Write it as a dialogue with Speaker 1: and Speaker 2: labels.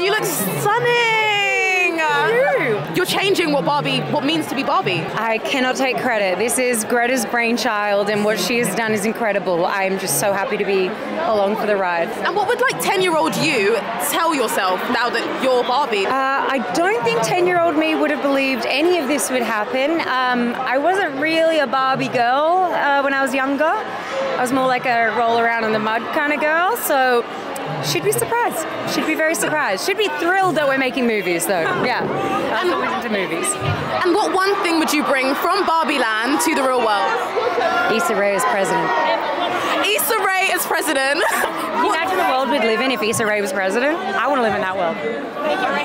Speaker 1: look stunning. You. are changing what Barbie, what means to be Barbie.
Speaker 2: I cannot take credit. This is Greta's brainchild, and what she has done is incredible. I am just so happy to be along for the ride.
Speaker 1: And what would like 10 year old you tell yourself now that you're Barbie?
Speaker 2: Uh, I don't think 10 year old me would have believed any of this would happen. Um, I wasn't really a Barbie girl uh, when I was younger. I was more like a roll around in the mud kind of girl. So should be surprised. Should be very surprised. Should be thrilled that we're making movies, though. Yeah, that's what went into movies.
Speaker 1: And what one thing would you bring from Barbie Land to the real world?
Speaker 2: Issa Rae is president.
Speaker 1: Issa Rae is president.
Speaker 2: Imagine the world we'd live in if Issa Rae was president. I want to live in that world.